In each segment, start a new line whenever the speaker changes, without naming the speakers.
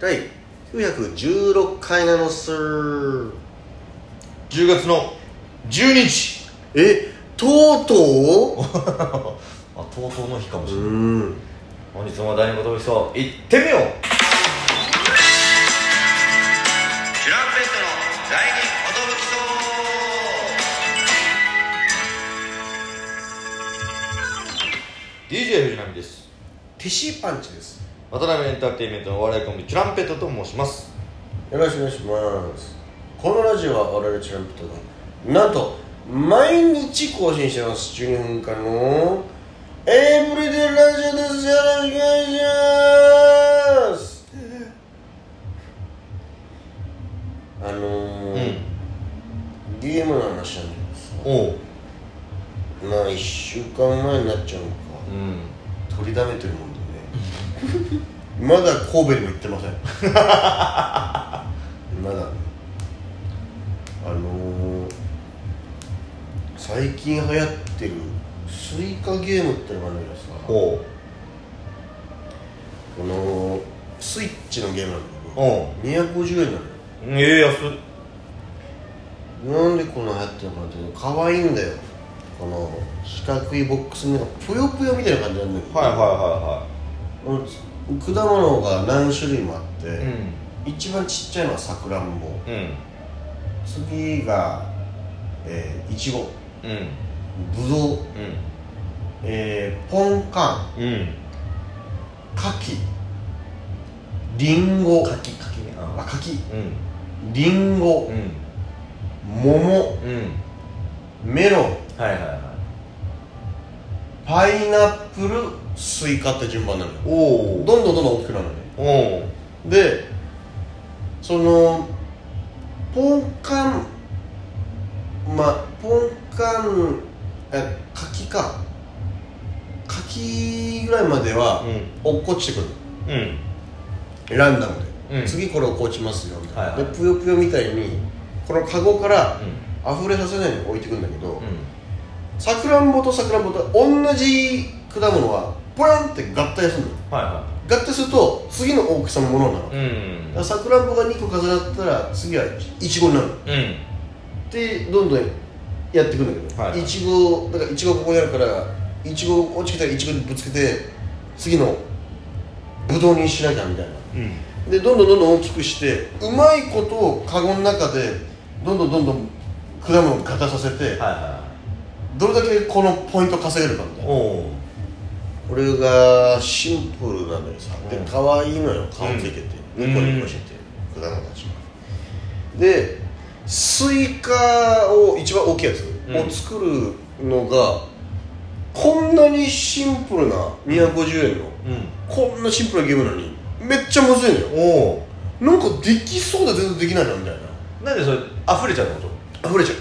第916回なのっす
10月の12日
えとうと
あとうとうの日かも
う
しれない、
うん
本日も第二言武装行ってみようチュランペットの第二言武装 DJ 藤波です
ティシーパンチです
渡辺エンターテインメントのお笑いコンビチュランペットと申します
よろしくお願いしますこのラジオは我々チャンピオンがなんと毎日更新してます12分間のエイブリデイラジオですよろしくお願いしますあのー DM の話なんです
おう
まあ1週間前になっちゃうのか
うん
取りだめてるもんでねまだ神戸にも行ってません まだねあのー、最近流行ってるスイカゲームってのがあるんですかこ
おう
のスイッチのゲームなんだけど
おう
250円な
ええ安っ
のよなんでこんな流行ってるのかなっていうと可愛いんだよこの四角いボックスになんかぷよぷよみたいな感じなんだけど、
はいはいは
この果物が何種類もあって、
いはいうん
一番ちっちゃいのはさくらんぼ
うん
次がえーいちご
うん
ぶどう、えーポンカン
うんうん
かきりんご
かきかきね
あかき
うん
りんご
うん
桃
うん
メロン
はいはいはい
パイナップルスイカって順番なのよ
お
どん
お
どんどんどん大きくなるのね
おお
でそのポンカンまあポンカンえ柿か柿ぐらいまでは
うん
落っこちてく
うん
るランダムで、
うん
次これ落っこちますよみたいな、
はいはい
でぷよぷよみたいにこのカゴから
う
溢れさせないように置いてくんだけど
んうん
さくらんぼとさくらんぼと同じ果物はポランって合体するの
はいは
合体すると次の大きさのものになる
いうん
だからさくらんぼが2個飾ったら次はいちごになる
うん
でどんどんやっていくんだけど、
はいはい
いちごだからいちごここにあるからいちご落ちてきたらいちごにぶつけて次のぶどうにしなきゃみたいな
うん
でどんどんどんどん大きくしてうまいことをカゴの中でどんどんどんどん果物を型させて、
はいは
どれだけこのポイント稼げるかみたい
い
な
おお
これがシンプルなのよさ、
うん
で可愛いのよ顔ついてて、
うん
ニコニコしてて、果物たちがでスイカを一番大きいやつ
うん
を作るのが、こんなにシンプルな250円の
う
こ
ん
んなシンプルなゲームなのにめっちゃむずいのよ
おお
なんかできそうで全然できないなみたいな
なんでそれ溢れちゃうってこ
溢れちゃう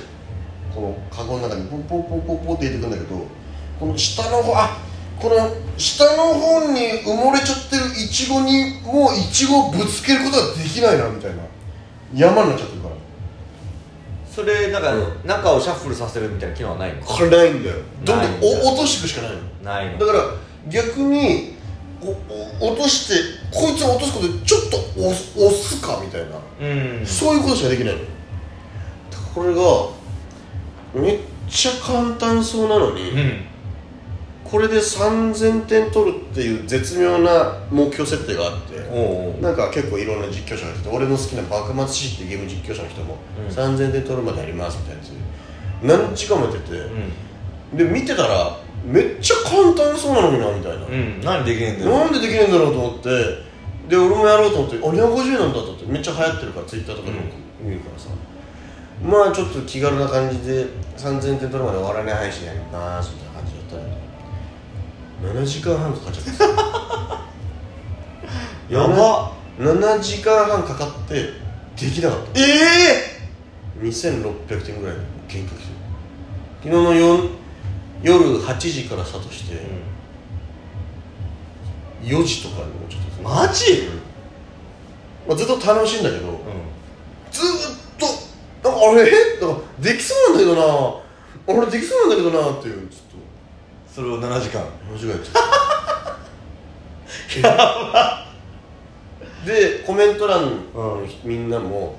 このカゴの中にポンポンポンポンポンって入れてくんだけどこの下の方あこの下の方に埋もれちゃってるイチゴにもうイチゴをぶつけることはできないなみたいな山になっちゃってるから
とそれなんか
う
中をシャッフルさせるみたいな機能はないの
これないんだよどんど
ない
ん
んだ
お落としていくしかないの
ない
だ
の
から逆におお落としてこいつを落とすことでちょっと押す押すかみたいな
うん
そういうことしかできないのこれがめっちゃ簡単そうなのに、
うん
これで3000点取るっていう絶妙な目標設定があって
おお
なんか結構いろんな実況者の人俺の好きな「幕末史」っていうゲーム実況者の人も、
うん
3000点取るまでやりますみたいなやつ何時間もやってて
う、ん
で見てたらめっちゃ簡単そうなのになみたいな、
うん何できねえんだよ
なんでできねえんだろうと思ってで俺もやろうと思ってあ250円なんだと思ってめっちゃ流行ってるからツイッターとかでも見るからさ、まあちょっと気軽な感じで3000点取るまで終わらない配信やりますみたいな感じだったんだけど7時間半かかっちゃ った
やば
7時間半かかってできなかった
ええ
2600点ぐらいの限界来てる昨日の夜夜8時からスタートして4時とかにもうちょっと
マジ
まあ、ずっと楽しいんだけど、
う
ずーっとなんかあれなんかできそうなんだけどな俺できそうなんだけどなっていうちょ
んそれを7時間
っと間違えちゃったやばでコメント欄
う
の
ん
みんなも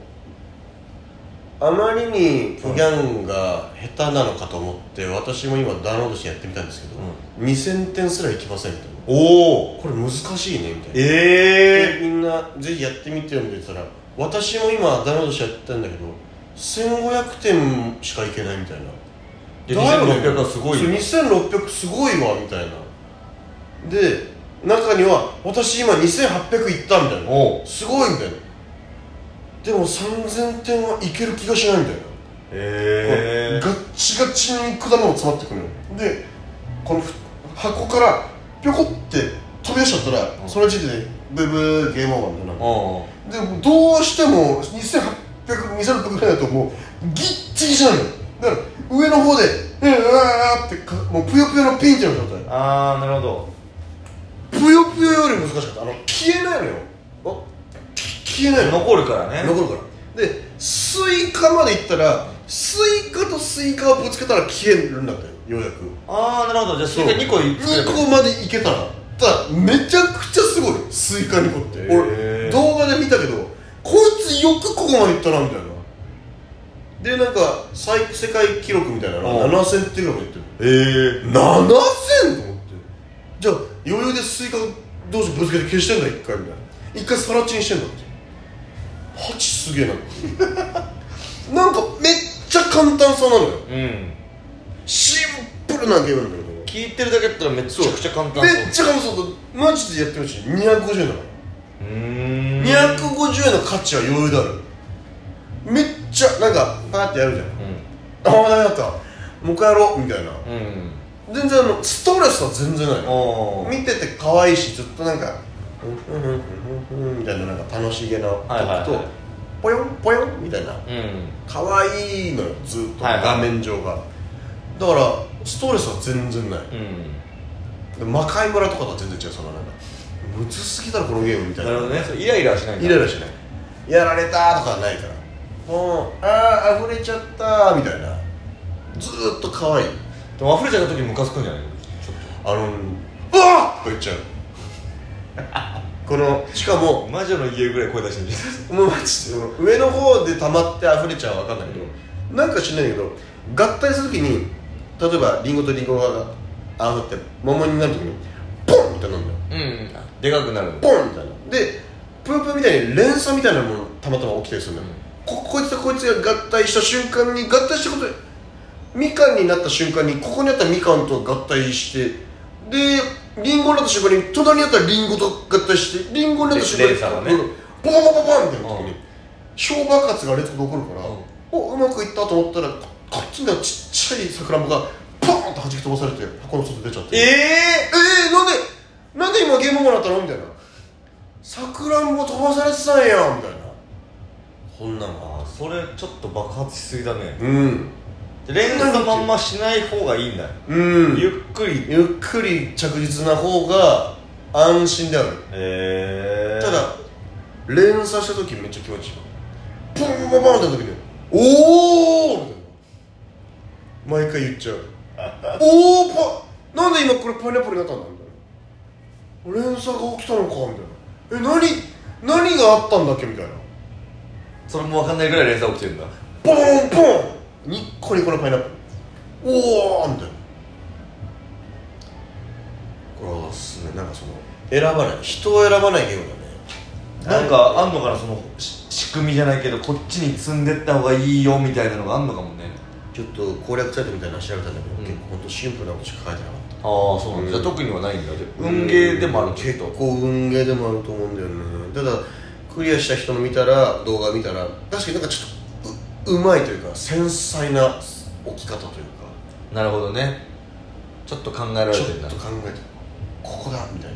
あまりにプギャンが下手なのかと思って私も今ダウンロードしてやってみたんですけど、2000点すらいきませんみたいな
おお
これ難しいねみたいな
ええ
でみんなぜひやってみてよみたいな言ったら私も今ダウンロードしてやったんだけど1500点しかいけないみたいな
で
だよね
2600はすごいよ
そう2600すごいわみたいなで中には私今2800いったみたいな
おう
すごいみたいなでも3000点はいける気がしないみたいな
え
ガッチガチに果物詰まってくるのでこのふ箱からピョコって飛び出しちゃったら、
うん
その時点でブーブーゲームオーバーみたいな
おう
でもどうしても28002600ぐらいだともうギッチギチなのよだから上の方で「うんうわ」ってかもうぷよぷよのピンチの状態
ああなるほど
ぷよぷよより難しかったあの消えないのよあ消えないの
残るからね
残るからでスイカまでいったらスイカとスイカをぶつけたら消えるんだってようやく
ああなるほどじゃあスイカ2個い
2個までいけたらただめちゃくちゃすごいスイカ2個って
へ
俺
ー
動画で見たけどこいつよくここまでいったなみたいなでなんか最世界記録みたいなの
うん
7000っていうのがいってる
ええ
7000! と思ってじゃあ余裕でスイカ同士ぶつけて消してんだ一回みたいな一回さらちにしてんだって8すげえなってなんかめっちゃ簡単そうなのよ
うん
シンプルなゲームなんだけど
聞いてるだけだったらめちゃくちゃ簡単そう
めっちゃかもそうだマジでやってほしい250円だから、
うーん
250円の価値は余裕だろめっちゃなんかパーってやるじゃんああダメだったもう一回やろうみたいな
うんうん
全然あのストレスは全然ないの
おー
見てて可愛いしずっとなんかうんうんうんうんうんみたいななんか楽しげな曲と、
はいはいはい
ポヨンポヨンみたいな
うん
可愛いのよずっと、
はいはい
画面上がだからストレスは全然ない
うん
で魔界村とかとは全然違うそのなんかむずすぎだろこのゲームみたい
な
な
るほどねそれイライラはしないんだ
イライラしないやられたとかはないからもうああ溢れちゃったみたいなずーっと可愛い
でも溢れちゃった時ムカつくんじゃない
あのうわっとか言っちゃう このしかも
魔女の家ぐらい声出してるじ
もうマジで上の方で溜まって溢れちゃうは分かんないけどなんか知んないけど合体するときに例えばリンゴとリンゴが合わさって桃になるときにポンってなるんだよ
ゃんうんでかくなる
ポンみたいなでプープーみたいに連鎖みたいなものたまたま起きたりするのよ、
うん
ここいつとこいつが合体した瞬間に合体したことでみかんになった瞬間にここにあったみかんと合体してでりんごになった瞬間に隣にあったりんごと合体してりんごになった瞬間に
レレーザーがね
うんポンポンポンポンみたいな時に、
うん
小爆発が連続で起こるから、
うん
おうまくいったと思ったらここっちのちっちゃい桜んぼがポーンと弾き飛ばされて箱の外出ちゃって
ええ
えー、なんでなんで今ゲームオーバーだったのみたいなさくらんぼ飛ばされてたんやみたいなこんなん
あーそれちょっと爆発しすぎだね
うん
連鎖のまんましない方がいいんだよ
うん
ゆ
ゆ
っく
っ
り
くり着実な方が安心である
ええ
ただ連鎖した時めっちゃ気持ちいいポンポンポンポンって時に「おお!」みたいな毎回言っちゃう「おおパなんで今これパイナップルになったんだ」みたいな「連鎖が起きたのか」みたいな「え何何があったんだっけ?」みたいな
それも分かんないぐらい連鎖起きてるんだ
ポンポンニッコニコのパイナップルおおみたいなこれはすねなんかその選ばない人を選ばないゲームだね
なんかあんのかなそのし仕組みじゃないけどこっちに積んでった方がいいよみたいなのがあんのかもね
ちょっと攻略サイトみたいなの調べたんだけど、
うん
結構本当シンプルなことしか書いてなかっ
ああそう
なんだ
じゃあ特にはないんだじゃあ
た
運ゲーでもあるけ
結
ど
構運ゲーでもあると思うんだよねただクリアした人の見たら動画見たら確かになんかちょっとううまいというか繊細な置き方というか
なるほどねちょっと考えられ
ちょ
てるんだ
っと考えてここだみたい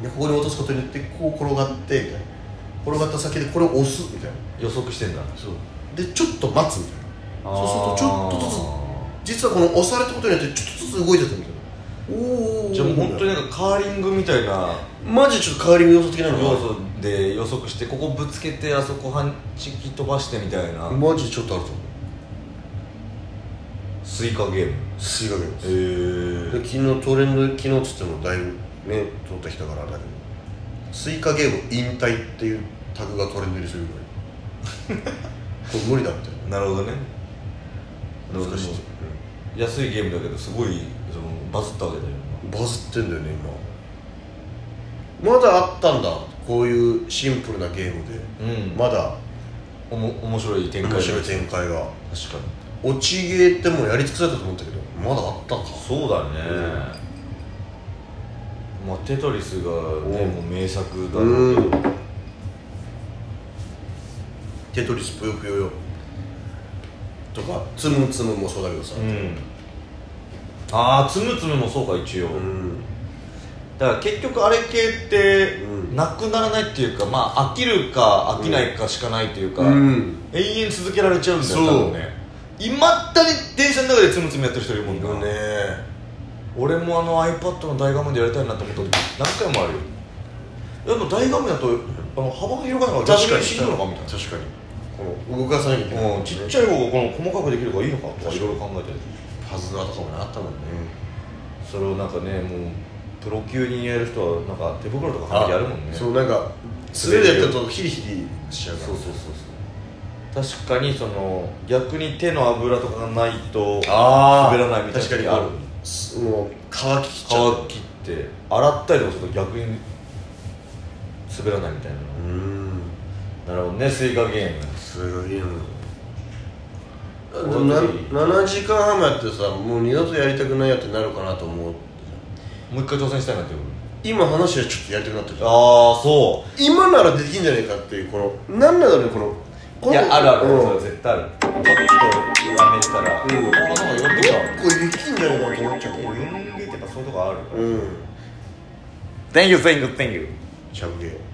なでここに落とすことによってこう転がってみたいな転がった先でこれを押すみたいな
予測してんだ
そうでちょっと待つみたいなそうするとちょっとずつ
と
実はこの押されたことによってちょっとずつ動いてたみたいなおーおーおー
じゃあもう本当になんかカーリングみたいな
マジでちょっとカーリング要素的なのが
要素で予測してここぶつけてあそこ半チキ飛ばしてみたいな
マジでちょっとあると思
スイカゲーム
う水加減です、
え
で昨日トレンド昨日っつってもだいぶね撮った日だからだけどスイカゲーム引退っていうタグがトレンド入りするぐらい これ無理だみたい
なるほどねな
な
るほど
難しい、
安いゲームだけどすごいそのバズったわけだよ
うんバズってんだよね今まだあったんだこういうシンプルなゲームで
うん、
まだ
おも面白い展開
面白い
確か
展開が
に
落ちゲーってもうやり尽くされたと思ったけどまだあったか
そうだね、まあテトリスがね
うん
もう名作だろう
う
け
ん
ど
テトリスぷよぷよよとかつむつむもそうだけどさ
うんああつむつむもそうか一応、
うん
だから結局あれ系って
うん
なくならないっていうかまあ飽きるか飽きないかしかないっていうか、
うん
永遠続けられちゃうんだよ
そう
多分ねいまだに電車の中でつむつむやってる人いるも
い
ん
る
な、
ね
俺もあの iPad の大画面でやりたいなって思った時何回もあるよでも大画面だとあの幅が広がらないから
確かに
しんどいのかみたいな
確かにこの動かさなきゃいけない
うん、ちっちゃい方がこの細かくできるからいいのかとかいろいろ考えてる
パズドラとかもねあったもんね
それをなんかねもうプロ級にやる人はなんか手袋とかはめてやるもんね
そうなんか素手でやってるとヒリヒリしちゃうから
そうそうそうそう確かにその逆に手の油とかがないと
あ
滑らないみたいな
確かに
ある
すもう乾ききっちゃう
乾きって洗ったりとかすると逆に滑らないみたいな
うん
なるほどねスイカゲーム
すごいよでもな7時間半もやってさもう二度とやりたくないやってなるかなと思う
もう一回挑戦したいなって思う
今話はちょっとやりたくなってる
ああそ
今ならできんじゃないかっていうこのなんなんだろうねこのこ
い
の
やあるある、
うん
それ絶対あるちょっとやめたら、
うん
他の方がよくちゃう
これできんじゃないかなと思っちゃう
俺運ゲーってやっぱそういうとこあるから
うん
Thank you, thank you, thank you
ちゃうゲー